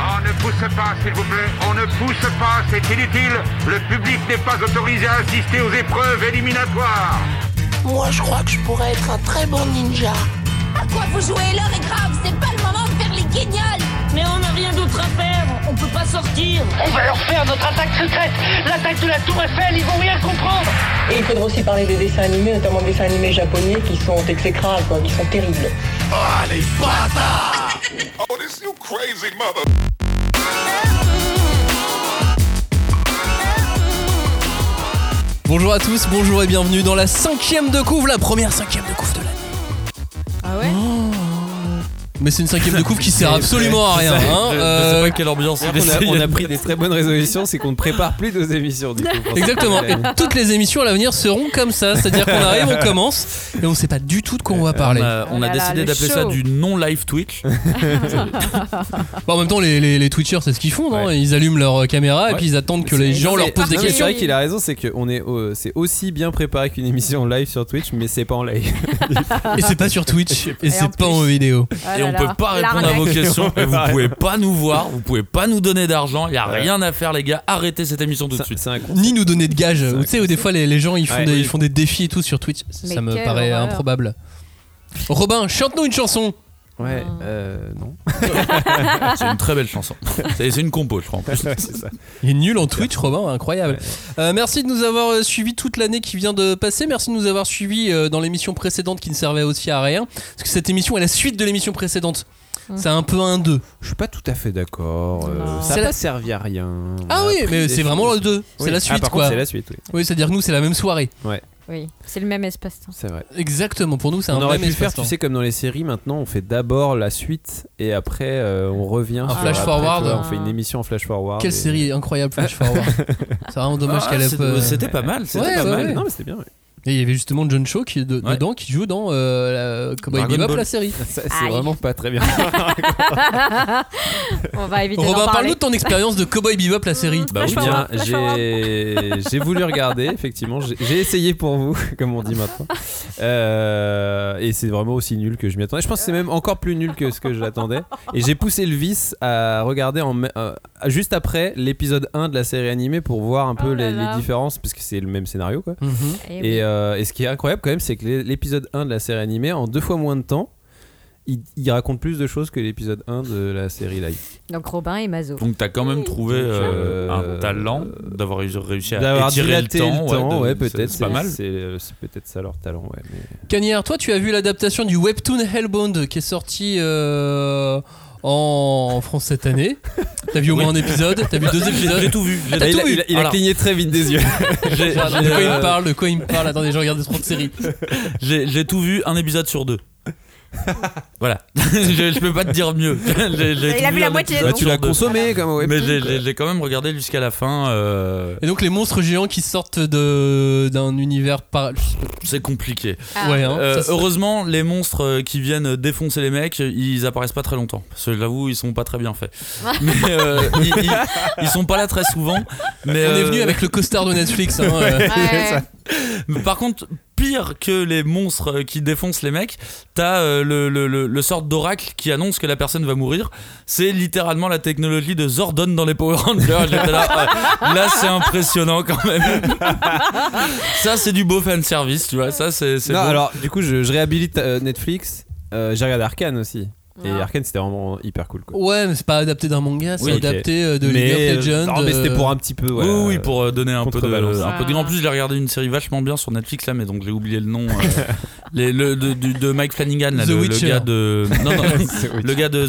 Oh, pousse pas, s'il vous plaît. On ne pousse pas, c'est inutile. Le public n'est pas autorisé à assister aux épreuves éliminatoires. Moi, je crois que je pourrais être un très bon ninja. À quoi vous jouez L'heure est grave, c'est pas le moment de faire les guignols Mais on n'a rien d'autre à faire, on peut pas sortir On va leur faire notre attaque secrète L'attaque de la Tour Eiffel, ils vont rien comprendre Et il faudra aussi parler des dessins animés, notamment des dessins animés japonais qui sont exécrables, quoi, qui sont terribles. Oh, les bâtards Oh, this you crazy mother... Bonjour à tous, bonjour et bienvenue dans la cinquième de couvre, la première cinquième de couvre de l'année. Oh. Ah ouais Mais c'est une cinquième de couvre qui sert absolument à rien. C'est ça, hein, je- je euh, sais pas quelle ambiance C'est-à-dire il qu'on a- essaye on a, de- pris des très bonnes résolutions, c'est qu'on ne prépare plus nos émissions du coup. pour cette Exactement. Et année. toutes les émissions à l'avenir seront comme ça, c'est-à-dire qu'on arrive, on commence, et on sait pas du tout de quoi on va parler. Euh, On a, on a Oh là là, décidé le d'appeler show. ça du non-live Twitch. Bon, en même temps, les, les, les Twitchers, c'est ce qu'ils font, non ils allument leur euh, caméra et Ouais. puis ils attendent que les gens Non, leur mais- posent des non, mais C'est questions. vrai qu'il a raison, c'est que on est, au- c'est aussi bien préparé qu'une émission live sur Twitch, mais c'est pas en live. Et c'est pas sur Twitch, et en c'est pas plus- en vidéo. Ah et là on là, peut pas répondre à l'arnaque. vos questions. Ouais, et vous ouais. pouvez pas nous voir, vous pouvez pas nous donner d'argent. Il y a rien à faire, les gars. Arrêtez cette émission tout de C'est suite. c'est un Ni nous donner de gages. Ou Tu sais, des fois, les, les gens ils font, Ouais. des, ils font des défis et tout sur Twitch. Mais ça me quelle paraît horreur. improbable. Robin, chante-nous une chanson. Ouais, euh, non. C'est une très belle chanson. C'est c'est une compo, je crois. en plus. c'est ça. Il est nul en Twitch, Robin, incroyable. Euh, merci de nous avoir euh, suivis toute l'année qui vient de passer. Merci de nous avoir suivis euh, dans l'émission précédente qui ne servait aussi à rien. Parce que cette émission est la suite de l'émission précédente. Hum. C'est un peu un 2. Je suis pas tout à fait d'accord. euh, Non. ça C'est n'a la- pas servi à rien. Ah oui, mais c'est vraiment le 2. C'est la suite, ah, par quoi. Contre, c'est la suite, oui. Oui, c'est-à-dire que nous, c'est la même soirée. Oui, c'est le même hein. espace-temps. C'est vrai. Exactement, pour nous, c'est On un aurait même pu faire, tu espace-temps. sais, comme dans les séries, maintenant on fait d'abord la suite et après euh, on revient. Un sur- flash après, forward. tu vois, On fait une émission en flash forward. Quelle et- série incroyable, Flash Forward. c'est vraiment dommage Ah, qu'elle ait c'est- pas- C'était pas mal. C'était euh, Ouais, pas ouais, mal. ouais. Non, mais c'était bien. ouais. Et il y avait justement John Cho qui est de- Ouais. dedans qui joue dans euh, la- Cowboy Dragon Bebop Ball. la série. Ça, Aïe. C'est vraiment pas très bien. On va éviter d'en Robin, parler. parle-nous de ton expérience de Cowboy Bebop la série. Bah oui, Eh bien, Flash forward. j'ai j'ai voulu regarder, effectivement. J'ai j'ai essayé pour vous, comme on dit maintenant. Euh, et c'est vraiment aussi nul que je m'y attendais. Je pense que c'est même encore plus nul que ce que je l'attendais. Et j'ai poussé le vice à regarder en, ma- euh, juste après l'épisode 1 de la série animée pour voir un peu Oh là les, là. les différences, parce que c'est le même scénario, quoi. Mhm. Eh oui. Et, euh, et ce qui est incroyable quand même, c'est que l'é- l'épisode 1 de la série animée, en deux fois moins de temps, il, il raconte plus de choses que l'épisode 1 de la série live. Donc Robin et Mazo. Donc t'as quand même trouvé euh, Euh, un talent d'avoir eu- réussi à D'avoir étirer le dilaté temps. de- ouais, c'est- peut-être. C'est pas mal. C'est euh, c'est peut-être ça leur talent, ouais. mais- Cagnard, toi tu as vu l'adaptation du webtoon Hellbound qui est sorti euh, en... en France cette année. T'as vu au moins un épisode, t'as vu deux J'ai j'ai épisodes. tout vu. j'ai T'as tout tout il, a, vu. il a- il a Voilà. cligné très vite des yeux. J'ai- Ah, j'ai, de quoi il euh, me parle, de quoi il me parle. Attendez, je regarde trop de séries. J'ai j'ai tout vu un épisode sur deux. voilà. je, je peux pas te dire mieux. J'ai- j'ai Il tout a vu la un moitié, épisode non sur deux. comme Mais j'ai- j'ai j'ai quand même regardé jusqu'à la fin. euh, Et donc les monstres géants qui sortent de d'un univers par. c'est compliqué. Ah. Ouais, hein, Euh, ça, c'est- heureusement, les monstres euh, qui viennent défoncer les mecs, ils apparaissent pas très longtemps. Parce que j'avoue, ils sont pas très bien faits. Mais euh, ils, ils- ils sont pas là très souvent. Mais On est euh, venu avec le costard de Netflix. hein, euh. Ouais. Mais Par contre, pire que les monstres euh, qui défoncent les mecs, t'as euh, le, le, le, le sort d'oracle qui annonce que la personne va mourir. C'est littéralement la technologie de Zordon dans les Power Rangers. J'étais là, euh, là, c'est impressionnant quand même. Ça, c'est du beau fan service, tu vois. Ça, c'est. c'est Non, beau. alors du coup, je, je réhabilite euh, Netflix. Euh, J'ai regardé Arkane aussi. Et Ah. Arkane, c'était vraiment hyper cool. Quoi. Ouais, mais c'est pas adapté d'un manga, c'est Oui, ok. adapté euh, de mais, League of Legends. non, mais c'était euh, pour un petit peu. Oui, ouais, oui, oui, euh, pour euh, donner un peu de. contrebalance. un peu de- En plus, j'ai regardé une série vachement bien sur Netflix là, mais donc j'ai oublié le nom. euh, les- le, de, du- de Mike Flanagan, là, The le, le Witcher. gars de. Non, euh, non, c'est- oui. Le gars de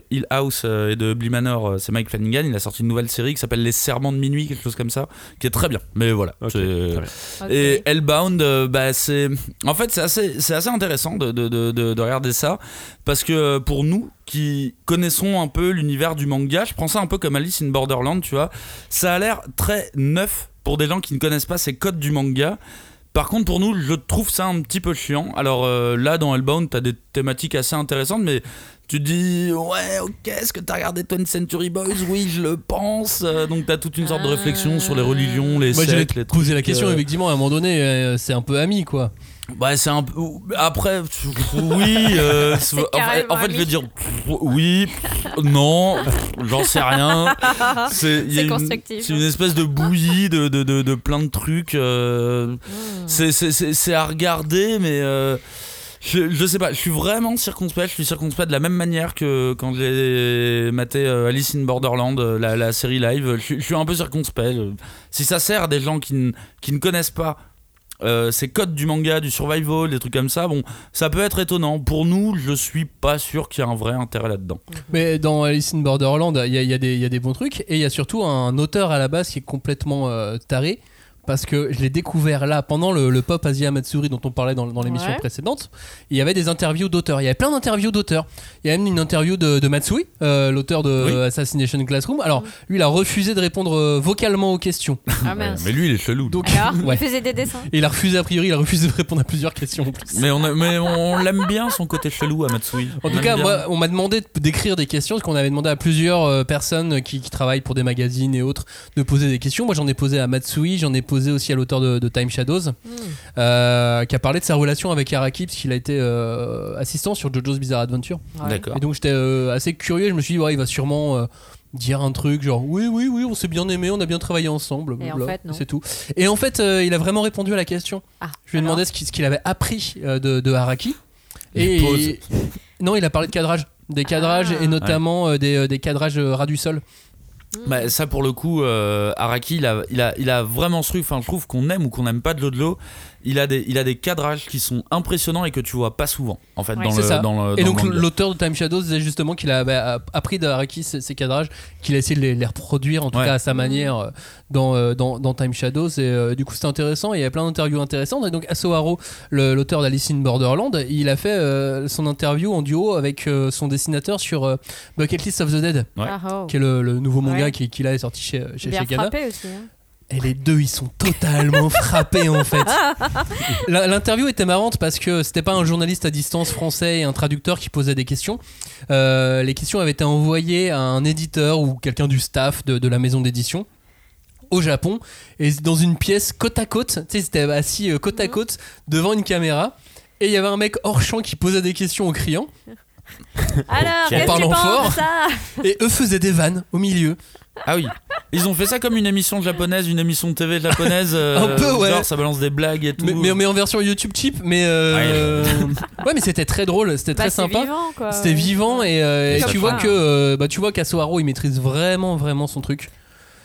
The Hill House euh, et de Bly Manor, euh, c'est Mike Flanagan. Il a sorti une nouvelle série qui s'appelle Les Serments de Minuit, quelque chose comme ça, qui est très bien. Mais voilà. Ok, c'est- très bien. Ok. Et Hellbound, euh, bah, c'est. En fait, c'est assez, c'est assez intéressant de, de- de- de- de regarder ça. Parce que euh, pour nous qui connaissons un peu l'univers du manga, je prends ça un peu comme Alice in Borderland, tu vois. Ça a l'air très neuf pour des gens qui ne connaissent pas ces codes du manga. Par contre, pour nous, je trouve ça un petit peu chiant. Alors euh, là, dans Hellbound, t'as des thématiques assez intéressantes, mais tu te dis, ouais, ok, est-ce que t'as regardé 20th Century Boys Oui, je le pense. Euh, donc t'as toute une sorte de réflexion sur les religions, les Moi, j'allais sectes, te les poser la question, euh, effectivement, à un moment donné, euh, c'est un peu ami, quoi. Bah, c'est un peu. Après, pff, oui. euh, C'est en fait- carrément en fait, je veux lui. dire pff, oui, pff, non, pff, j'en sais rien. il y a C'est une- constructif. C'est une espèce de bouillie de, de, de, de plein de trucs. Hmm. euh, c'est- C'est c'est- c'est à regarder, mais. euh, je, je sais pas, je suis vraiment circonspect, je suis circonspect de la même manière que quand j'ai maté euh, Alice in Borderland, euh, la, la série live, je, suis- je suis un peu circonspect. je- Si ça sert à des gens qui, ne- qui ne connaissent pas euh, ces codes du manga, du survival, des trucs comme ça, bon, ça peut être étonnant. Pour nous, je suis pas sûr qu'il y a un vrai intérêt là-dedans. Mais dans Alice in Borderland, il y a, il y a des il y a des bons trucs et il y a surtout un auteur à la base qui est complètement euh, taré parce que je l'ai découvert là pendant le, le pop Asia Matsuri dont on parlait dans, dans l'émission Ouais. précédente. Il y avait des interviews d'auteurs, il y avait plein d'interviews d'auteurs. Il y a même une interview de, de Matsui, euh, l'auteur de Assassination Classroom. Alors lui, il a refusé de répondre euh, vocalement aux questions. Ah mince. lui, il est chelou. Donc, Alors, ouais. il faisait des dessins. Et il a refusé, a priori, il a refusé de répondre à plusieurs questions en plus. Mais on, a- mais on l'aime bien son côté chelou à Matsui. En tout cas, moi, on m'a demandé de- d'écrire des questions, parce qu'on avait demandé à plusieurs euh, personnes qui, qui travaillent pour des magazines et autres de poser des questions. Moi, j'en ai posé à Matsui, j'en ai posé aussi à l'auteur de, de Time Shadows, euh, qui a parlé de sa relation avec Araki, parce qu'il a été euh, assistant sur JoJo's Bizarre Adventure. Ouais. D'accord. Et donc, j'étais euh, assez curieux, je me suis dit, ouais, il va sûrement. euh, dire un truc genre oui oui oui on s'est bien aimé on a bien travaillé ensemble Et en blablabla, fait, non. Ah, c'est tout et en fait euh, il a vraiment répondu à la question je lui ai demandé ce qu'il ce qu'il avait appris euh, de, de Haraki et Les poses. non, il a parlé de cadrage. Des cadrages Ah. et notamment euh, des, euh, des cadrages euh, ras du sol. Bah, ça pour le coup, euh, Araki, il a, il, a, il a vraiment ce truc, enfin je trouve qu'on aime ou qu'on n'aime pas de l'eau de l'eau, il a, des, il a des cadrages qui sont impressionnants et que tu vois pas souvent en fait dans, C'est le, ça. dans le- et dans donc le manga. l'auteur de Time Shadows disait justement qu'il a bah, appris de Haraki ces, ces cadrages, qu'il a essayé de les, les reproduire en tout Ouais. cas à sa manière euh, dans, euh, dans, dans Time Shadows. Et euh, du coup c'était intéressant, et il y avait plein d'interviews intéressantes. Et donc Asoharo, le- l'auteur d'Alice in Borderland, il a fait euh, son interview en duo avec euh, son dessinateur sur euh, Bucket List of the Dead, Ouais. Ah, oh. qui est le, le nouveau manga Ouais. qui, qui là est sorti chez, chez Bien Shogakukan. frappé aussi. hein. Et les deux, ils sont totalement frappés en fait. La- L'interview était marrante parce que c'était pas un journaliste à distance français et un traducteur qui posait des questions. Euh, les questions avaient été envoyées à un éditeur ou quelqu'un du staff de, de la maison d'édition au Japon et dans une pièce côte à côte. Tu sais, ils étaient assis euh, Mhm. côte à côte devant une caméra et il y avait un mec hors champ qui posait des questions aux clients. Alors, En qu'est-ce que tu parlant penses de fort. ça Et eux faisaient des vannes au milieu. Ah oui, ils ont fait ça comme une émission japonaise, une émission TV japonaise. euh, Un peu, ouais. genre, ça balance des blagues et tout. Mais, mais- mais en version YouTube cheap, mais euh, ouais, mais c'était très drôle, c'était Bah, très c'est sympa. vivant, quoi. C'était vivant et, euh, Et et ça tu fait vois un- que euh, bah tu vois qu'Asoharo il maîtrise vraiment vraiment son truc.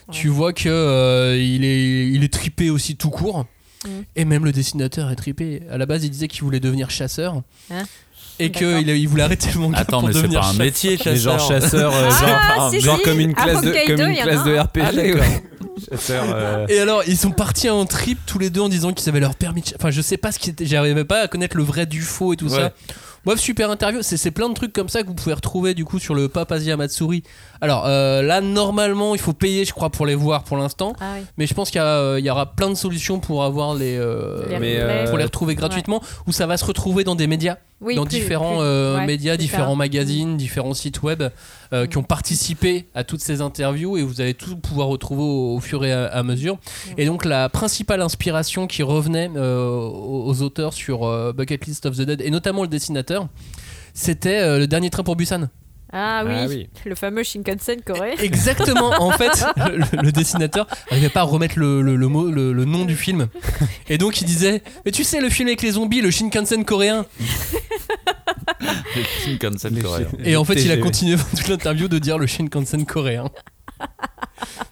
Tu vois que euh, il est il est tripé aussi tout court. Mm. Et même le dessinateur est tripé. À la base, il disait qu'il voulait devenir chasseur. Hein et qu'il il voulait arrêter le manga Attends, pour mais c'est devenir pas un chasseur. métier, Mais genre chasseur, euh, genre, Ah, si, genre si. comme une À classe de, Hokkaido, il comme une y en a classe un. de Ah, RPG. d'accord. quoi. chasseur. euh, Et alors, ils sont partis en trip tous les deux en disant qu'ils avaient leur permis. de cha- Enfin, je sais pas ce qui était. J'arrivais pas à connaître le vrai du faux et tout Ouais. ça. Bref, super interview. C'est c'est plein de trucs comme ça que vous pouvez retrouver du coup sur le Papasia Matsuri. Alors euh, là, normalement, il faut payer, je crois, pour les voir pour l'instant. Ah oui. Mais je pense qu'il y, a, euh, il y aura plein de solutions pour avoir les, euh, Les Mais, replays. pour les euh, retrouver gratuitement. Ou ça va se retrouver dans des médias, Oui, dans plus- différents plus- euh, ouais, Mm. médias, plus différents tard. magazines, différents sites web euh, qui ont participé à toutes ces interviews et vous allez tout pouvoir retrouver au, au fur et à, à mesure. Mm. Et donc la principale inspiration qui revenait euh, aux, aux auteurs sur euh, Bucket List of the Dead et notamment le dessinateur, c'était euh, le dernier train pour Busan. Ah oui, Ah oui. le fameux Shinkansen coréen. Exactement. En fait, le, le- le dessinateur n'arrivait pas à remettre le, le- le mot, le, le nom du film. Et donc il disait Mais tu sais, le film avec les zombies, le Shinkansen coréen. Shinkansen coréen. Et en fait, il a continué pendant toute l'interview de dire le Shinkansen coréen.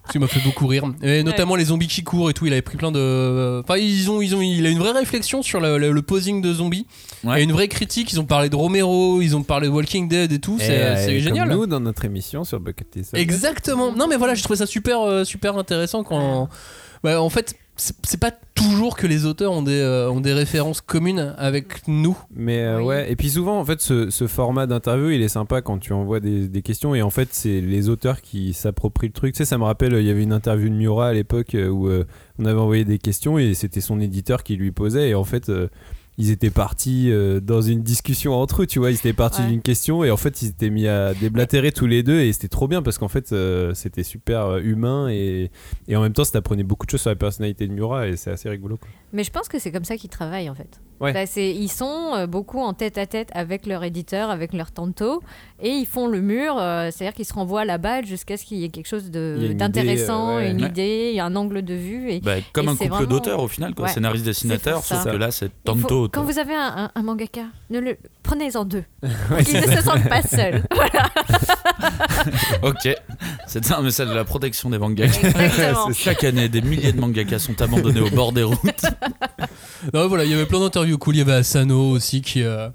Ce qui m'a fait beaucoup rire. Et notamment les zombies qui courent et tout. Il avait pris plein de. Enfin, ils ont, ils ont, il a une vraie réflexion sur le, le- le posing de zombies. hein. Ouais. Et une vraie critique. Ils ont parlé de Romero, ils ont parlé de Walking Dead et tout. et, C'est euh, c'est comme génial. Nous dans notre émission sur Bucket List. Exactement. Non, mais voilà, je trouvais ça super, euh, super intéressant quand. Ouais, en fait, c'est c'est pas toujours que les auteurs ont des, euh, ont des références communes avec nous. Mais euh, ouais, et puis souvent en fait ce, ce format d'interview il est sympa quand tu envoies des, des questions et en fait c'est les auteurs qui s'approprient le truc. Tu sais, ça me rappelle, il y avait une interview de Miura à l'époque euh, où euh, on avait envoyé des questions et c'était son éditeur qui lui posait et en fait euh, ils étaient partis euh, dans une discussion entre eux, tu vois, ils étaient partis d'une question et en fait ils étaient mis à déblatérer tous les deux et c'était trop bien parce qu'en fait euh, c'était super euh, humain et, et en même temps ça t'apprenait beaucoup de choses sur la personnalité de Miura et c'est assez rigolo. quoi. Mais je pense que c'est comme ça qu'il travaille en fait. Ouais. Bah, c'est- ils sont euh, beaucoup en tête à tête avec leur éditeur, avec leur tanto, et ils font le mur, euh, c'est-à-dire qu'ils se renvoient la balle jusqu'à ce qu'il y ait quelque chose Il y a une de- idée, d'intéressant, euh, ouais. une Ouais. idée, il y a un angle de vue. Et, Bah, comme et un c'est couple vraiment- d'auteurs au final, quoi. Ouais. scénariste dessinateur, C'est pour sauf ça. que là c'est Il faut- tantôt. quand vous avez un, un- un mangaka, ne le prenez en deux. Ouais, Qu'ils c'est ne se ça. sentent pas seuls. Voilà. ok, c'est un message de la protection des mangakas. Exactement. Chaque année, des milliers de mangakas sont abandonnés au bord des routes. Non, mais voilà, il y avait plein d'interviews cool. Il y avait Asano aussi qui, euh,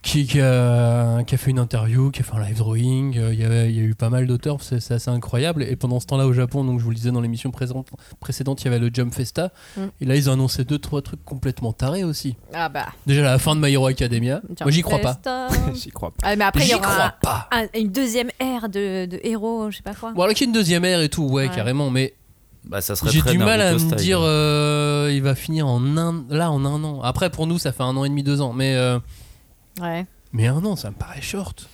qui, qui a, qui a fait une interview, qui a fait un live drawing. Euh, Il y, avait- il y a eu pas mal d'auteurs, c'est c'est assez incroyable. Et pendant ce temps-là, au Japon, donc je vous le disais dans l'émission présente- précédente, il y avait le Jump Festa. Mm. Et là, ils ont annoncé deux, trois trucs complètement tarés aussi. Ah bah. Déjà, la fin de My Hero Academia. Jump Moi, j'y crois pas. Festa. j'y crois Ah, mais après, il y J'y aura crois un- un- une deuxième ère de, de héros, je sais pas quoi. Bon, alors qu'il y a une deuxième ère et tout, Ouais. ouais, carrément, mais. Bah, ça serait J'ai très du mal à Naruto me style. dire, euh, il va finir en un, là en un an. Après, pour nous, ça fait un an et demi, deux ans, mais euh, Ouais. mais un an, ça me paraît short.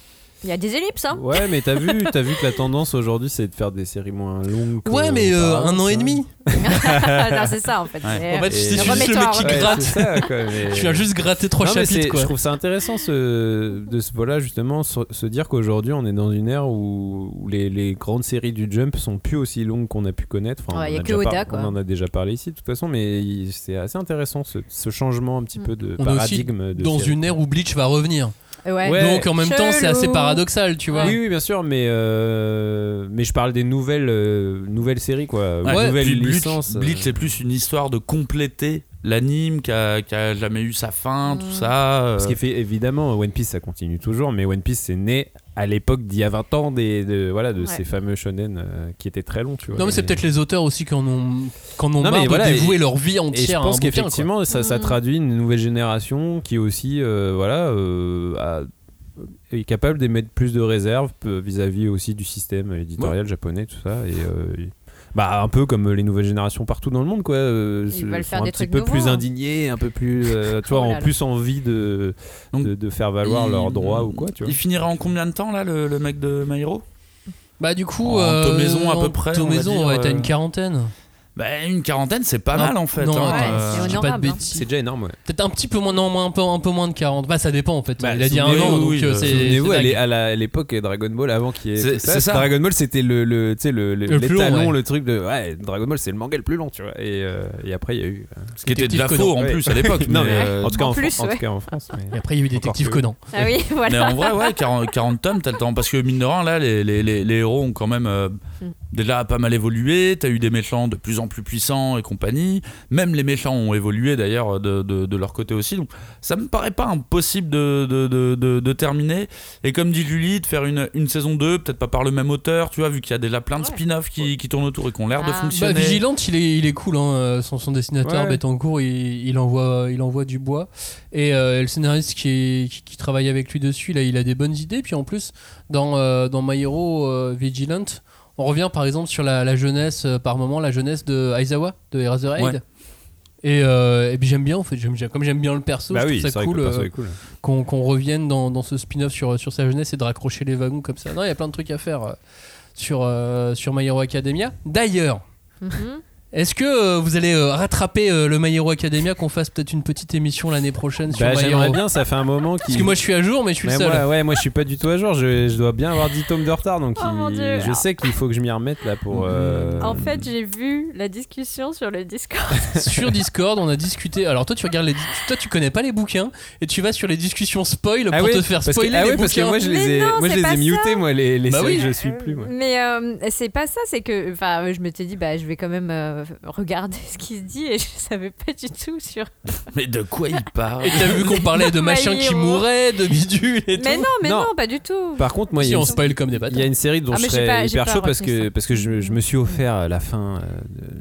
Il y a des ellipses, hein Ouais, mais t'as vu, t'as vu que la tendance aujourd'hui, c'est de faire des séries moins longues. que- Ouais, mais euh, auparavant, un an et ça. demi. Non, c'est ça, en fait. Ouais. C'est- En fait, c'est juste le remets-toi mec en qui route. gratte. Ouais, c'est ça, quoi, mais- Je viens juste gratter trois Non, mais chapitres. c'est- Quoi. Je trouve ça intéressant ce- de ce voilà justement se, se dire qu'aujourd'hui on est dans une ère où, où les, les grandes séries du jump sont plus aussi longues qu'on a pu connaître. Enfin, Ouais, on y a que déjà Oda, par- quoi. On en a déjà parlé ici de toute façon, mais il- c'est assez intéressant ce, ce changement un Mm. petit peu de On est aussi paradigme. de dans série. une ère où Bleach va revenir. euh, Ouais. Donc en même temps, c'est assez Chelou. paradoxal, tu vois. Oui, oui, bien sûr, mais euh, mais je parle des nouvelles euh, nouvelles séries quoi, Ouais, nouvelles puis Bleach- licences. euh. Bleach, c'est plus une histoire de compléter l'anime qui a, qui a jamais eu sa fin, Mm. tout ça. euh. Parce qu'évidemment, One Piece, ça continue toujours, mais One Piece, c'est né à l'époque d'il y a 20 ans des, de, voilà, de Ouais. ces fameux shonen euh, qui étaient très longs, tu vois. Non, mais c'est Et- peut-être les auteurs aussi qui en ont, qui en ont Non, marre mais de voilà, dévouer et- leur vie Et je entière à un pense bouquin, quoi. qu'effectivement, ça, Mm. ça traduit une nouvelle génération qui aussi, euh, voilà, euh, a- est capable d'émettre plus de réserves peu- vis-à-vis aussi du système éditorial japonais, tout ça. Et, euh, y- bah, un peu comme les nouvelles générations partout dans le monde, quoi. euh, se- veulent sont faire un des petit trucs peu plus nouveaux, hein. indignés, un peu plus, euh, tu vois, Oh là en là. plus envie de, de, de faire valoir il- leurs droits ou quoi, tu vois. Il finira en combien de temps là, le, le mec de My Hero Bah, du coup. En euh, tomaison, à peu en près, tomaison, on va dire, ouais, t'as euh, une quarantaine. Bah, une quarantaine, c'est pas Non, mal en fait. non, hein. attends, Euh, si je dis pas de bêtises. C'est déjà énorme, ouais. Peut-être un petit peu moins, non, moins- un, peu, un peu moins de 40. Bah, ça dépend en fait. Il a dit un Souvenez-vous, an, donc oui, euh, euh, c'est. Souvenez-vous, c'est à l'é- dingue. à la- à l'époque Dragon Ball avant qui est, C'est- tout ça, c'est ça. Dragon Ball c'était le le tu sais, le, le, Le plus long, talon, ouais. le truc de ouais, Dragon Ball c'est le manga le plus long tu vois et, euh, et après il y a eu Ce qui était Détective déjà faux, Conan. en plus, à l'époque, non mais mais, euh, en tout cas en, En plus, Fran- en tout ouais. cas en France mais- Et après il y a eu Détective Encore que- Conan. Ah oui, voilà. Mais en vrai, ouais, 40, 40 tomes, t'as le temps. Parce que mine de rien, là, les, les- les- les héros ont quand même euh, déjà pas mal évolué. T'as eu des méchants de plus en plus puissants et compagnie. Même les méchants ont évolué d'ailleurs de, de- de leur côté aussi. Donc ça me paraît pas impossible de, de- de- de- de terminer. Et comme dit Julie, de faire une, une saison 2, peut-être pas par le même auteur, tu vois, vu qu'il y a déjà plein de spin-offs qui, qui tournent autour et qui ont l'air de Ah. fonctionner. Bah, Vigilante, il est, il est cool, hein, euh, son, son dessinateur, Ouais. Bettencourt, il, il envoie, il envoie du bois. Et euh, le scénariste qui, est- qui, qui travaille avec lui dessus, là, il a des bonnes idées. Puis en plus, dans, euh, dans My Hero euh, Vigilante, on revient par exemple sur la, la jeunesse, euh, par moment, la jeunesse de Aizawa, de Eraserhead. Ouais. Et, euh, et puis j'aime bien, en fait, j'aime- j'aime- comme j'aime bien le perso, Bah je oui, trouve c'est ça vrai que cool le perso euh, est cool. qu'on qu'on revienne dans, dans ce spin-off sur, sur sa jeunesse et de raccrocher les wagons comme ça. Non, il y a plein de trucs à faire euh, sur, euh, sur My Hero Academia. D'ailleurs, Mhm. est-ce que euh, vous allez euh, rattraper euh, le My Hero Academia qu'on fasse peut-être une petite émission l'année prochaine sur Bah, My j'aimerais Hero bien ça fait un moment Parce que moi je suis à jour, mais je suis le seul. moi, ouais moi je suis pas du tout à jour je, je dois bien avoir 10 tomes de retard donc Oh, il- Dieu. je sais qu'il faut que je m'y remette là pour euh, En fait, j'ai vu la discussion sur le Discord. sur Discord, on a discuté. Alors toi, tu regardes les, toi, tu connais pas les bouquins et tu vas sur les discussions spoil ah pour oui, te faire parce que- spoiler ah les oui, parce que bouquins. moi je les ai moi je les ai mutés moi les les Bah séries oui. je suis plus moi. Mais euh, c'est pas ça, c'est que enfin, je m'étais dit, bah, je vais quand même euh, regarder ce qui se dit et je savais pas du tout sur. Mais de quoi il parle Et t'as vu qu'on parlait de My machin qui Hero. mourait, de bidule et Mais tout. non, mais non, pas du tout. Par contre, moi, il y si a on une- spoil comme des bâtards. Il y a une série dont Ah, je mais j'ai serais pas- j'ai hyper pas Mm. chaud parce retenu que, parce que je, je me suis offert à la fin euh,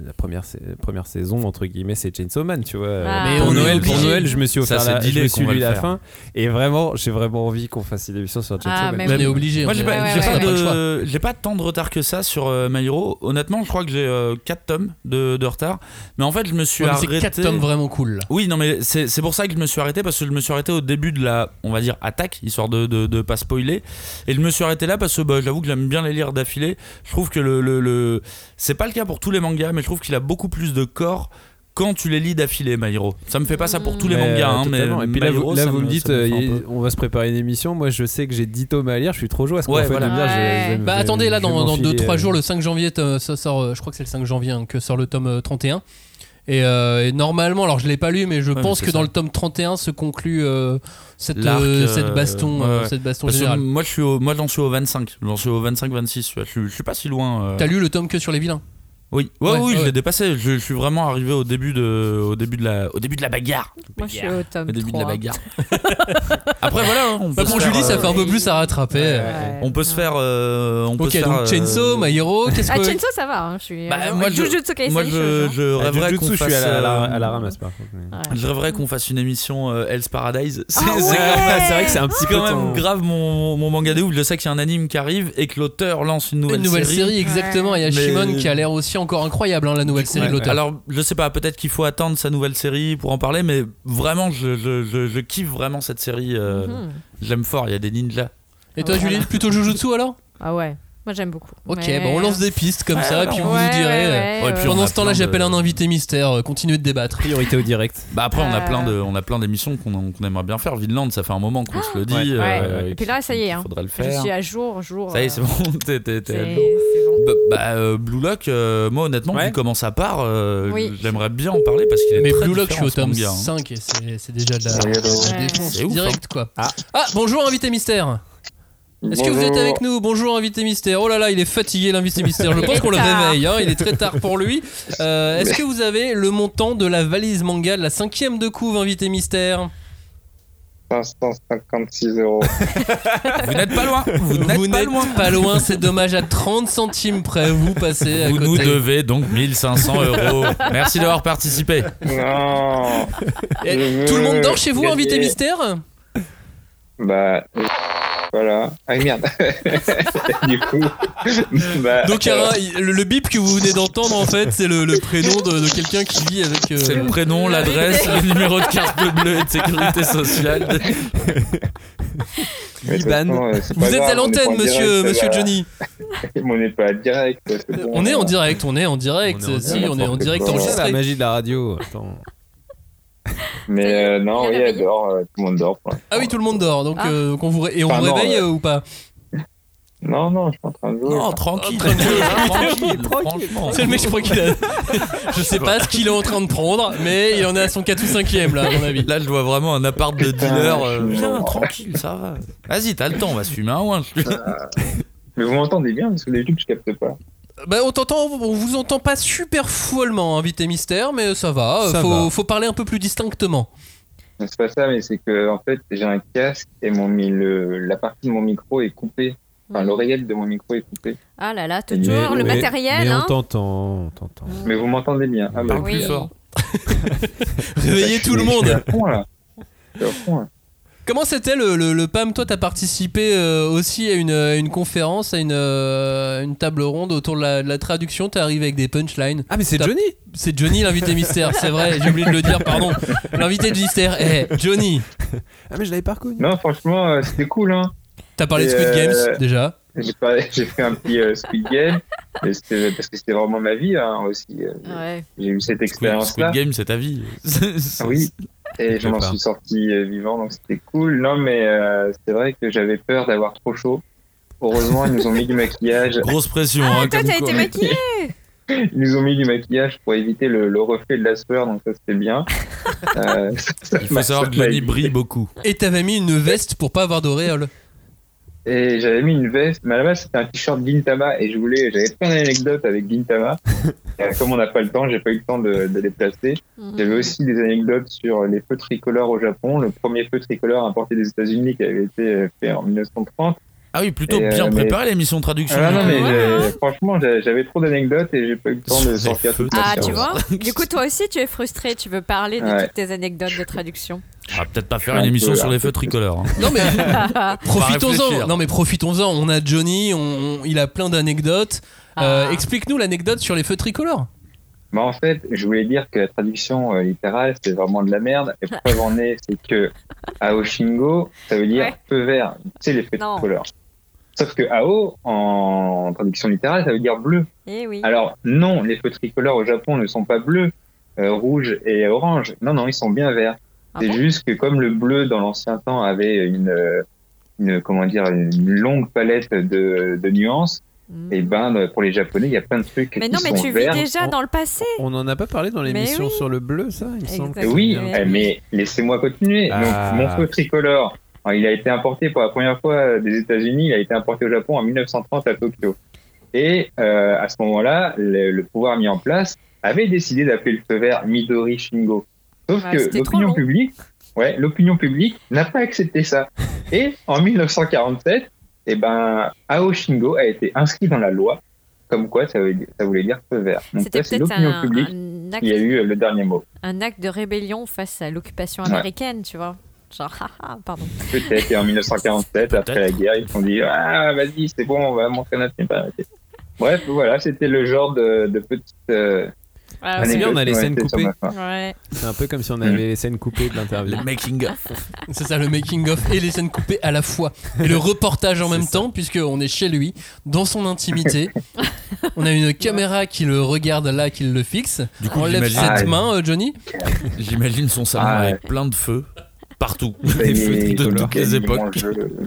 de la première, sa- première saison, entre guillemets, c'est Chainsaw Man, tu vois. euh, Ah. Mais pour, on est Noël, obligé. pour Noël, je me suis Ça, offert c'est la, je dealé me qu'on suis va lu le la faire. fin. Et vraiment, j'ai vraiment envie qu'on fasse une émission sur Chainsaw Ah, Man. mais On oui. est obligé, Moi, on j'ai est- pas, ouais, j'ai ouais, pas ouais. de- Pas le choix. j'ai pas tant de retard que ça sur euh, My Hero. Honnêtement, je crois que j'ai 4 tomes de, de retard. Mais en fait, je me suis Ouais, mais c'est arrêté. quatre tomes vraiment cool. Oui, non, mais c'est c'est pour ça que je me suis arrêté parce que je me suis arrêté au début de la, on va dire, attaque, histoire de, de, de pas spoiler. Et je me suis arrêté là parce que bah, j'avoue que j'aime bien les lire d'affilée. Je trouve que le. le, le- C'est pas le cas pour tous les mangas, mais je trouve qu'il a beaucoup plus de corps quand tu les lis d'affilée, Maïro. Ça me fait pas ça Mmh. pour tous les Mais, mangas, hein, mais. Euh, totalement. Et puis là, Maïro, vous, là, ça vous me dites, ça fait un euh, peu. on va se préparer une émission. Moi, je sais que j'ai 10 tomes à lire, je suis trop joie. Ouais, voilà. Ouais. Bah attendez, là, dans 2-3 euh. jours, le 5 janvier, euh, ça sort, euh, je crois que c'est le 5 janvier hein, que sort le tome euh, 31. Et, euh, et normalement, alors je l'ai pas lu, mais je Ouais, mais pense c'est que dans ça. le tome 31 se conclut euh, cette, L'arc, euh, euh, cette baston, ouais, euh, ouais. cette baston Parce que générale. Moi, je suis au, moi, j'en suis au 25. J'en suis au 25-26. tu vois. Je, suis- je suis pas si loin. euh. T'as lu le tome que sur les vilains Bah, Oui, ouais, Ouais, oui, je ouais. l'ai dépassé. Je, je suis vraiment arrivé au début de, au début de la, au début de la bagarre. Moi, je suis au tome Au début de la 3. bagarre. Après, voilà. hein, on Bah, peut pour se faire, Julie, ça euh, fait un peu plus à rattraper. On peut se faire. euh, on peut Ok, se faire, euh, donc Chainsaw, My Hero, qu'est-ce Ah, que. Chainsaw, ça va. hein, je suis. Bah, euh, moi, je, Jujutsu Kaisen, moi, je suis au je, jour. je rêverais Ah, Jujutsu, qu'on je fasse suis à la- à la- euh, à la ramasse, par contre. Ah, Je rêverais qu'on fasse une émission euh, Hell's Paradise. C'est ouais c'est C'est vrai que Ah, c'est un petit peu quand ton- même grave mon, mon manga de ouf. Je sais qu'il y a un anime qui arrive et que l'auteur lance une nouvelle, Une nouvelle série, exactement. Il y a Mais- Shimon qui a l'air aussi encore incroyable, hein, la nouvelle série Ouais. de l'auteur. Alors, je sais pas, peut-être qu'il faut attendre sa nouvelle série pour en parler, mais vraiment, je, je, je- je kiffe vraiment cette série. euh, Mhm. J'aime fort, il y a des ninjas. Et toi, Voilà. Julie, plutôt Jujutsu alors Ah ouais, moi j'aime beaucoup. Ok, Mais- bon, on lance des pistes comme ça, Ouais, et puis vous ouais, vous direz. ouais, ouais, euh, ouais. pendant on a ce temps-là, plein j'appelle de- un invité mystère. euh, Continuez de débattre. Priorité au direct. Bah après, on a Euh. plein de, on a plein d'émissions qu'on qu'on aimerait bien faire. Vinland, ça fait un moment qu'on se le dit. Ouais. euh, Ouais. euh, Et puis là, ça y est, hein. faudrait le faire. je suis à jour, jour. Ça y est, euh, c'est bon. t'es- t'es- t'es à c'est- jour. c'est bon. Bah, bah, euh, Blue Lock, euh, moi honnêtement, Ouais. vu comment ça part, euh, Oui. j'aimerais bien en parler parce qu'il est Mais très Blue Lock, je suis différent, au ce tome manga, hein. 5 et c'est c'est déjà de la, la Ouais. défonce C'est ouf, hein. direct quoi. Ah. Ah, bonjour invité mystère. Est-ce que vous êtes avec nous Bonjour invité mystère. Oh là là, il est fatigué l'invité mystère. Je Il pense est qu'on le tard. réveille. hein, Il est très tard pour lui. Euh, Est-ce que vous avez le montant de la valise manga de la cinquième de couve invité mystère 556 euros. Vous n'êtes pas loin. Vous n'êtes Vous pas n'êtes loin. pas loin. C'est dommage. À 30 centimes près, vous passez à Vous côté. nous devez donc 1500 euros. Merci d'avoir participé. Non Eh, Tout le monde dort chez vous, invité mystère Bah. Voilà. Ah merde Du coup. Bah, Donc il y a un- il- le, le bip que vous venez d'entendre en fait, c'est le, le prénom de, de quelqu'un qui vit avec. euh, C'est le prénom, l'adresse, le numéro de carte bleue et de sécurité sociale. mais de toute Liban. façon, euh, c'est pas Vous grave, on êtes à est pas l'antenne, en monsieur, direct, monsieur ça va. Johnny. Euh, On n'est pas direct. c'est bon. On est en direct, on est en direct. On est en si, direct. on est en direct C'est euh, C'est ça, la enregistré. magie de la radio. Attends. Mais euh, non, oui, elle dort. euh, tout le monde dort. pour l'instant. Ah oui, tout le monde dort. Donc, Ah. euh, donc on vous ré- et on Enfin, vous non, réveille ouais. euh, ou pas Ah, Non, non, je suis en train de jouer. Non, tranquille. tranquille, franchement. C'est le mec, je crois qu'il a. je sais pas ce qu'il est en train de prendre, mais il en est à son 4 ou 5ème là, à mon avis. Là, je vois vraiment un appart de dealer. euh, je suis Viens, mort. tranquille, ça va. Vas-y, t'as le temps, on va se fumer un ouin. Mais vous m'entendez bien parce que d'habitude, je capte pas. Bah, on t'entend, on vous entend pas super follement, invité mystère, mais ça va. euh, Ça faut, va. faut parler un peu plus distinctement. C'est pas ça, mais c'est que en fait, j'ai un casque et mon, mi- le, la partie de mon micro est coupée. Enfin, l'oreillette de mon micro est coupée. Hmm. Ah là là, toujours Mais- le mais- matériel. Mais hein. on t'entend, on t'entend. Mais vous m'entendez bien. Ah, bah, Parle plus Oui. fort. Réveillez tout le je suis monde. à fond, là. Je suis à fond, là. Comment c'était le, le, le PAM Toi, t'as participé euh, aussi à une, à une conférence, à une, euh, une table ronde autour de la, de la traduction. T'es arrivé avec des punchlines. Ah, mais c'est T'as- Johnny C'est Johnny l'invité mystère, c'est vrai, j'ai oublié de le dire, pardon. L'invité de mystère, eh, Johnny, Ah, mais je l'avais pas reconnu. Non, franchement, euh, c'était cool. Hein. t'as parlé de Et, Squid Games euh, déjà. J'ai pas- j'ai fait un petit euh, Squid Game mais c'était- parce que c'était vraiment ma vie hein, aussi. euh, Ouais. J'ai eu cette Squid, Squid expérience-là. Game, c'est ta vie. Oui. Et je m'en Quelque suis sorti euh, vivant, donc c'était cool. Non, mais euh, c'est vrai que j'avais peur d'avoir trop chaud. Heureusement, ils nous ont mis du maquillage. Grosse pression. Ah, hein, toi, comme t'as quoi. été maquillée Ils nous ont mis du maquillage pour éviter le, le reflet de la sueur, donc ça c'était bien. Euh, ça Il m'a- faut savoir ça que m'a Johnny aidé. brille beaucoup. Et t'avais mis une veste pour pas avoir d'auréole. Et j'avais mis une veste, mais à la base c'était un t-shirt Gintama et je voulais, j'avais plein d'anecdotes avec Gintama. Euh, Comme on n'a pas le temps, j'ai pas eu le temps de, de les placer. J'avais aussi des anecdotes sur les feux tricolores au Japon, le premier feu tricolore importé des États-Unis qui avait été euh, fait en 1930. Ah oui, plutôt Et, euh, bien mais- préparé l'émission de traduction. Ah non, non, mais Ouais, j'ai- ouais. franchement, j'ai- j'avais trop d'anecdotes et j'ai pas eu le temps Sur de les sortir feux toute ma Ah, science. tu vois Du coup, toi aussi, tu es frustré, tu veux parler de Ouais. toutes tes anecdotes de traduction. On va peut-être pas faire Un une peu, émission là. sur les feux tricolores. hein. Non mais profitons-en. réfléchir. Non mais profitons-en. On a Johnny, on- on- il a plein d'anecdotes. Euh, Ah. Explique-nous l'anecdote sur les feux tricolores. Bah, en fait, je voulais dire que la traduction euh, littérale, c'est vraiment de la merde. Et preuve en est, c'est que Ao Shingo, ça veut dire Ouais. feu vert. C'est les feux Non. tricolores. Sauf que Ao, en traduction littérale, ça veut dire bleu. Eh oui. Alors, non, les feux tricolores au Japon ne sont pas bleus. euh, rouge et orange. Non, non, ils sont bien verts. Ah c'est juste que comme le bleu dans l'ancien temps avait une, euh, une comment dire une longue palette de, de nuances, et ben pour les Japonais, il y a plein de trucs Hmm. Mais qui non, mais sont tu vis verts. déjà dans le passé. On n'en a pas parlé dans l'émission oui. sur le bleu, ça, il me semble. hein. Exactement. Oui, eh, mais laissez-moi continuer. Donc, Ah. mon feu tricolore, hein, il a été importé pour la première fois euh, des États-Unis. Il a été importé au Japon en 1930 à Tokyo. Et euh, à ce moment-là, le, le pouvoir mis en place avait décidé d'appeler le feu vert Midori Shingo. Sauf Ah, Ouais, que c'était trop l'opinion long. publique, ouais, l'opinion publique n'a pas accepté ça. Et en 1947, eh ben, Ao Shingo a été inscrit dans la loi, comme quoi ça, veut dire- ça voulait dire feu vert. Donc C'était là, c'est peut-être l'opinion un- publique un acte- qui a eu euh, le dernier mot. Un acte de rébellion face à l'occupation Ouais. américaine, tu vois. Genre, haha, pardon. Peut-être, et en 1947, après la guerre, ils se sont dit Ah, vas-y, c'est bon, on va montrer notre séparité. Bref, voilà, c'était le genre de, de petite. euh, Ah, c'est bien, on a les anecdote scènes qui ont été coupées. sur ma fin. C'est un peu comme si on Mmh. avait les scènes coupées de l'interview. Ah, making of. C'est ça, le making of et les scènes coupées à la fois. Et le reportage en même temps, puisque on est chez lui, dans son intimité. on a une caméra qui le regarde là, qui le fixe. Du coup, on lève j'imagine- cette Ah, main, euh, Johnny. J'imagine son salon Ah, avec plein de feux partout, Mais des feux de Nicolas, toutes les évidemment, époques. je-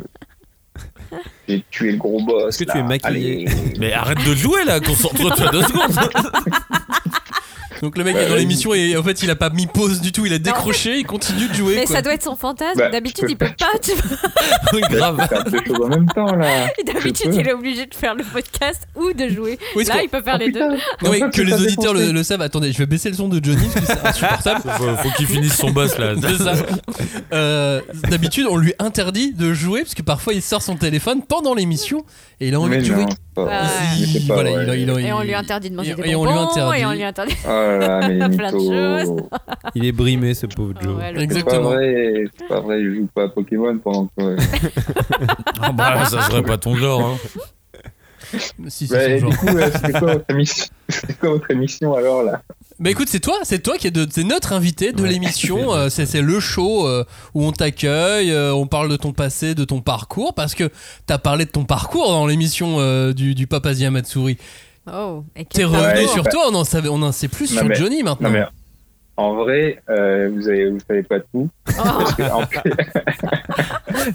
J'ai tué le gros boss. Est-ce que tu es maquillé Mais arrête de jouer là, concentre-toi deux secondes. Donc le mec est dans l'émission et en fait il a pas mis pause du tout, il a décroché, il continue de jouer. Bah, Mais quoi. ça doit être son fantasme. Bah, D'habitude, je il peut pas, tu vois. grave. deux choses en même temps là. D'habitude, il est obligé de faire le podcast ou de jouer. Oui, parce Là, qu'on- il peut Oh, faire les deux. Non mais que les auditeurs le, le savent. Attendez, je vais baisser le son de Johnny parce que c'est insupportable. Faut, faut qu'il finisse son boss là. C'est ça. Euh, D'habitude, on lui interdit de jouer parce que parfois il sort son téléphone pendant l'émission et il a envie Mais de jouer. non, c'est pas vrai. Il- Mais c'est pas voilà, vrai. il a- il a- Bah, Ah. Et on il- lui interdit de manger et- des et on lui bonbons, interdit- et on lui interdit Oh là là, mais les plein de choses. mythos. Il est brimé, ce pauvre Ah Joe. C'est pas vrai, c'est pas vrai, je joue pas à Pokémon pendant que. Ah bah, ça serait pas ton genre. Hein. Si, Bah, c'est son du genre. coup, euh, c'était quoi, votre émission c'était quoi votre émission alors là Bah écoute, c'est toi, c'est toi qui est de, c'est notre invité de l'émission. euh, c'est c'est le show euh, où on t'accueille, euh, on parle de ton passé, de ton parcours, parce que t'as parlé de ton parcours dans l'émission euh, du, du Papazia Matsuri. Oh, et T'es quel- revenu Ouais, sur bah- toi, on en, savait, on en sait plus Non, sur mais- Johnny maintenant. non, mais en vrai, euh, vous, avez, vous savez pas tout. Parce Oh, que, en plus-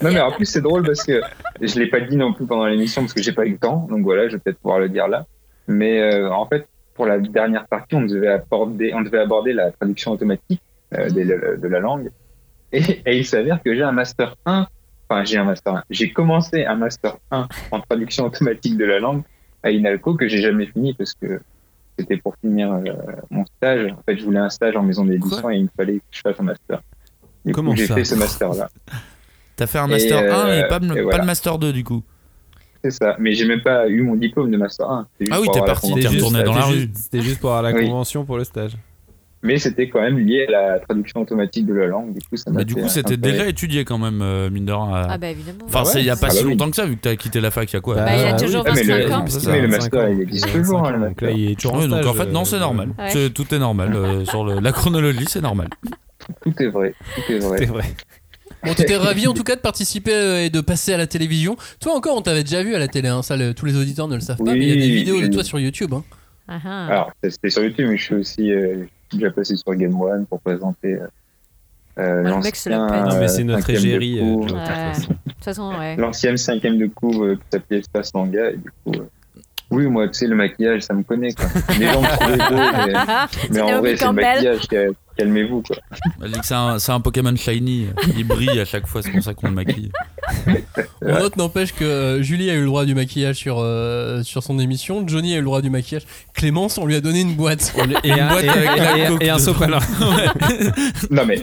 non mais en plus c'est drôle parce que je l'ai pas dit non plus pendant l'émission parce que j'ai pas eu le temps. Donc voilà, je vais peut-être pouvoir le dire là. Mais euh, en fait, pour la dernière partie, on devait aborder, on devait aborder la traduction automatique euh, Mhm. des- de, la langue. Et, et il s'avère que j'ai un master 1. Enfin, j'ai un master 1. J'ai commencé un master 1 en traduction automatique de la langue à Inalco que j'ai jamais fini parce que c'était pour finir euh, mon stage. En fait, je voulais un stage en maison d'édition et il me fallait que je fasse un master. Du coup, Comment j'ai ça fait ce master-là. T'as fait un master Et, euh, 1 et pas, le- et pas voilà. le master 2 du coup. C'est ça. Mais j'ai même pas eu mon diplôme de master 1. C'est juste Ah oui, pour t'es avoir la parti, convention. t'es retourné dans la C'était rue. juste- C'était juste pour avoir la Oui. convention pour le stage. Mais c'était quand même lié à la traduction automatique de la langue. Du coup, ça m'a Mais Bah, du fait coup, un c'était intérêt. déjà étudié quand même, euh, mine de rien. à- Ah bah, évidemment. Enfin, Bah c'est il y a ouais. pas Ah si bah oui. longtemps que ça, vu que t'as quitté la fac, il y a quoi Bah, il a Bah, toujours oui. Ah, mais le- 25 ans. parce que le master, il existe toujours, hein, le Donc là, il est toujours en Ouais, donc en stage, fait, non, euh, c'est normal. Ouais. C'est- Tout est normal. euh, sur le- la chronologie, c'est normal. Tout est vrai. Tout est vrai. Bon, t'étais ravi en tout cas de participer euh, et de passer à la télévision. Toi encore, on t'avait déjà vu à la télé. hein, ça, le- tous les auditeurs ne le savent pas, mais il y a Oui, des vidéos de oui. toi sur YouTube. hein. Ah, ah. Alors, c'était sur YouTube, mais je suis aussi euh, je suis déjà passé sur Game One pour présenter. euh, Euh, Ah, le mec se la pète. l'ancien, Non, mais c'est euh, notre cinquième de égérie, euh, couve, Ouais. De toute façon, ouais. L'ancienne cinquième de couve euh, qui s'appelait Espace Manga. Et du coup, euh, oui, moi, tu sais, le maquillage, ça me connaît. Quoi. Les gens me trouvent beau, mais, mais en Naomi vrai, c'est le Campbell. maquillage. cal- Calmez-vous, quoi. Elle dit Bah, que c'est un, c'est un Pokémon Shiny. euh, Il brille à chaque fois, c'est pour ça qu'on le maquille. On note n'empêche que euh, Julie a eu le droit du maquillage sur, euh, sur son émission, Johnny a eu le droit du maquillage, Clémence on lui a donné une boîte. Et une un- boîte et- avec la et- coque et un dedans. sopalin. Non, mais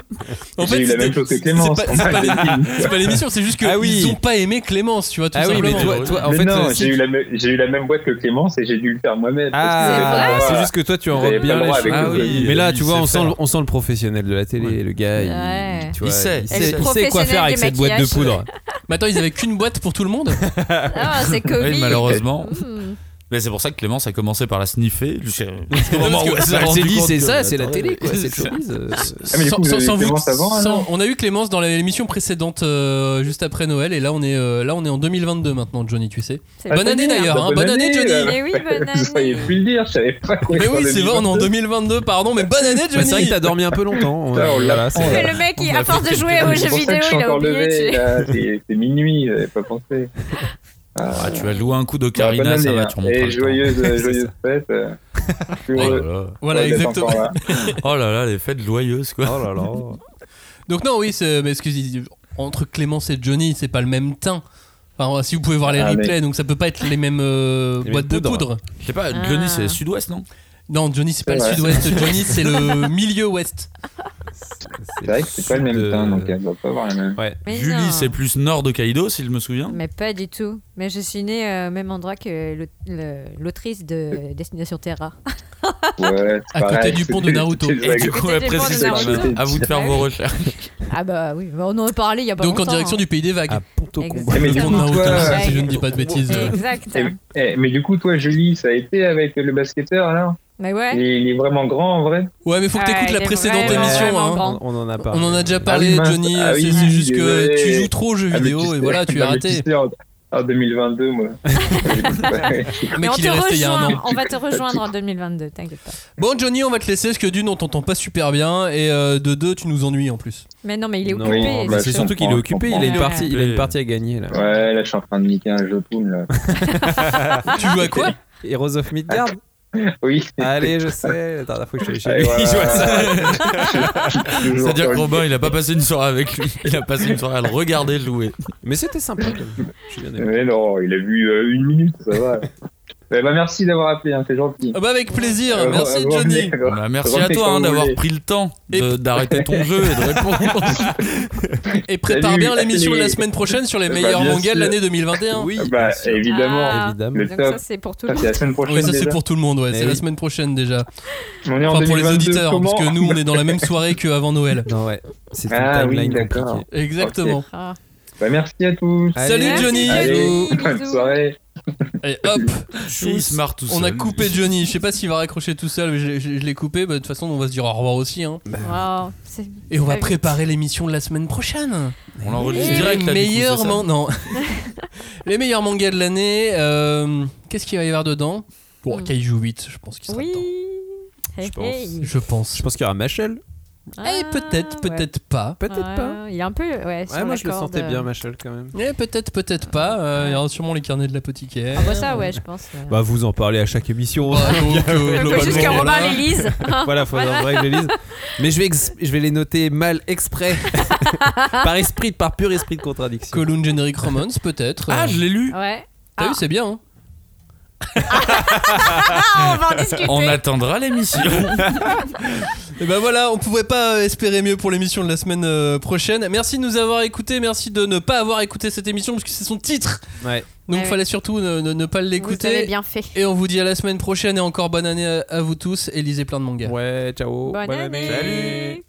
En fait, j'ai eu la c'était- même chose que Clémence. C'est pas, c'est pas- c'est pas l'émission, c'est juste qu'ils Ah oui. ont pas aimé Clémence, tu vois, tout Ah oui, mais simplement. toi- toi, en Mais fait, non, euh, si j'ai eu, tu- la me- j'ai eu la même boîte que Clémence et j'ai dû le faire moi-même. parce que j'avais pas Ah, le droit. c'est juste que toi tu Vous enrobes avez pas bien le les droit choses. avec vous, vous avez- mais là, tu il vois, sait on sent, faire. le- on sent le professionnel de la télé, le gars. il- Ouais. tu vois, Il sait, il il sait, sait. il sait quoi faire avec cette boîte de Professionnel du poudre. Mais attends, ils avaient qu'une boîte pour tout le monde Ah, c'est Covid. Oui, malheureusement. Hmm. Mais c'est pour ça que Clémence a commencé par la sniffer. jusqu'à- jusqu'au Non, moment parce où que elle s'est elle rendue s'est dit, compte c'est que- ça, c'est la Attendez, télé, quoi, mais- c'est le showbiz, euh. Ah, mais du coup, vous avez vous- Clémence avant, alors sans- on a eu Clémence dans la- l'émission précédente euh, juste après Noël et là on est euh, là on est en 2022 maintenant Johnny tu sais. C'est Bonne la année bonne année, d'ailleurs, hein. hein, bonne année Johnny. euh, Mais oui, bonne Vous savez plus le dire, je savais pas quoi. Mais oui, c'est vrai, on est en 2022, pardon, mais bonne année, Johnny! Bah, c'est vrai que t'as dormi un peu Putain, longtemps. on euh, l'a- voilà, c'est- Mais le mec, il- à force de jouer aux C'est jeux pour vidéo, ça que je suis il a encore oublié. levé, tu sais. là. C'est c'est minuit, j'avais pas pensé. Ah, tu vas louer un coup de Bah, bonne Karina, ça année, va, hein. tu remonteras le Et temps. joyeuse, C'est euh, ça. joyeuse fête. euh, je suis heureux. Voilà, Ouais, d'être exactement. encore là. oh là là, les fêtes joyeuses, quoi. Ah. Oh là là. Donc, non, oui, c'est- mais excusez, entre Clémence et Johnny, c'est pas le même teint. Enfin, si vous pouvez voir les Ah, mais- replays, donc ça peut pas être les mêmes euh, Les boîtes mêmes de poudres. poudre. Je sais pas, Johnny, c'est sud-ouest, non? Non, Johnny, c'est pas le Ouais. sud-ouest, Johnny, c'est le milieu ouest. C'est vrai que c'est pas le même teint, donc elle doit pas avoir la même. euh, Ouais. Mais non. Julie, c'est plus nord de Kaido, si je me souviens. Mais pas du tout. Mais je suis née euh, au même endroit que l'aut- le- l'autrice de Destination Terra. Ouais, c'est À côté pareil, du c'est- pont de c'est- Naruto. c'est Et vague. du coup, ouais, C'était le pont de précisément, Naruto. à vous de faire Bah vos oui. recherches. Ah bah oui, bah on en a parlé il y a pas Donc, en longtemps. hein. direction du pays des vagues. Exactement. Ah, Mais du Tourne coup, en route, toi, hein, euh, si je ne dis pas de bêtises. Exact. Eh, eh, mais du coup, toi, Julie, ça a été avec le basketteur, alors Mais ouais. il, il est vraiment grand en vrai Ouais, mais faut que t'écoutes Ouais, la il est précédente vraiment, émission. vraiment hein. grand. On en a parlé. On en a déjà Ah parlé, oui, mince. Johnny. Ah oui, c'est c'est juste que désolé. tu joues trop aux jeux Ah, mais vidéo tu et sais- voilà, tu as ah, mais raté. sais, en, en 2022, moi. Le Mais mec, on il te Ah, est resté il y a un rejoint. an. On va te rejoindre en 2022, t'inquiète pas. Bon, Johnny, on va te laisser parce que d'une, on t'entend pas super bien et euh, de deux, tu nous ennuies en plus. Mais non, mais il est Non, occupé. mais bah, c'est je surtout qu'il est comprends, occupé, je il a, une comprends. partie, il a une partie à gagner là. Ouais, là, je suis en train de niquer un jeu tourne, là. tu joues à quoi Heroes of Midgard Oui. Allez, je sais. La dernière fois que je suis allé chez Allez, lui, voilà. il jouait à ça. C'est-à-dire que Robin, il a pas passé une soirée avec lui. Il a passé une soirée à le regarder jouer. Mais c'était sympa. quand même. Je suis bien aimé. Mais non, il a vu euh, une minute, ça va. Eh ben, merci d'avoir appelé, hein, c'est gentil. Ah bah, avec plaisir, Euh, merci revenez, Johnny. quoi. Bah, merci à Revenez toi quand hein, vous d'avoir voulez. pris le temps de- d'arrêter ton jeu et de répondre. Et prépare Salut, bien l'émission de la salut. semaine prochaine sur les Bah, meilleurs bien mangas de sûr. l'année 2021. Oui, Bah, bien sûr. évidemment. Ah, Évidemment. Le Donc top. ça, c'est pour tout le Ça, c'est monde. la semaine prochaine. Oui, ça c'est déjà. Eh pour tout le monde, ouais, Mais c'est la oui. semaine prochaine déjà. On est en Enfin pour les 2022, auditeurs, comment parce que nous on est dans la même soirée qu'avant Noël. Non, ouais. C'est Ah une oui, timeline d'accord. compliquée. Exactement. Ah. Bah, merci à tous. Allez. Salut Merci, Johnny Johnny. Allez, bisous. bonne soirée. Et hop, Et il se marre tout on a seul. coupé Johnny. Je sais pas s'il va raccrocher tout seul, mais je, je- je l'ai coupé. Bah, De toute façon, on va se dire au revoir aussi. hein. Wow, c'est- Et on va Ah oui. préparer l'émission de la semaine prochaine. On l'enregistre Les direct là. du coup, meilleurs c'est ça. man- non. les meilleurs mangas de l'année. euh, Qu'est-ce qu'il va y avoir dedans Bon, Hmm. Kaiju 8, je pense qu'il sera Oui. dedans. Hey, pense. hey. Je pense. Je pense qu'il y aura Machel. Eh, peut-être, Ah, peut-être pas. ouais. Peut-être pas. Ouais, Il est un peu. Ouais, sur Ouais, moi la je le corde, sentais euh, bien, Machel quand même. Eh, peut-être, peut-être pas. Euh, Il y aura sûrement les carnets de l'apothicaire. Ah bah ça, ouais, je pense. ouais. Bah, vous en parlez à chaque émission. hein. Bah, donc, euh, globalement, Jusqu'à voilà. Robin l'Élise. Voilà, faut Voilà. faudrait que je les lise. Mais je vais, ex- je vais les noter mal exprès. par esprit, par pur esprit de contradiction. Column Generic Romance, peut-être. Ah, je l'ai lu. Ouais. T'as Ah. vu, c'est bien. hein. Ah, on va en discuter. On attendra l'émission. Et ben voilà, on pouvait pas euh, espérer mieux pour l'émission de la semaine euh, prochaine. Merci de nous avoir écoutés, merci de ne pas avoir écouté cette émission parce que c'est son titre. Ouais. Donc Ouais. fallait surtout ne, ne- ne pas Ah Vous avez l'écouter. bien fait. Et on vous dit à la semaine prochaine et encore bonne année à, à vous tous et lisez plein de mangas. Ouais, ciao. Bonne, année. Salut. Salut.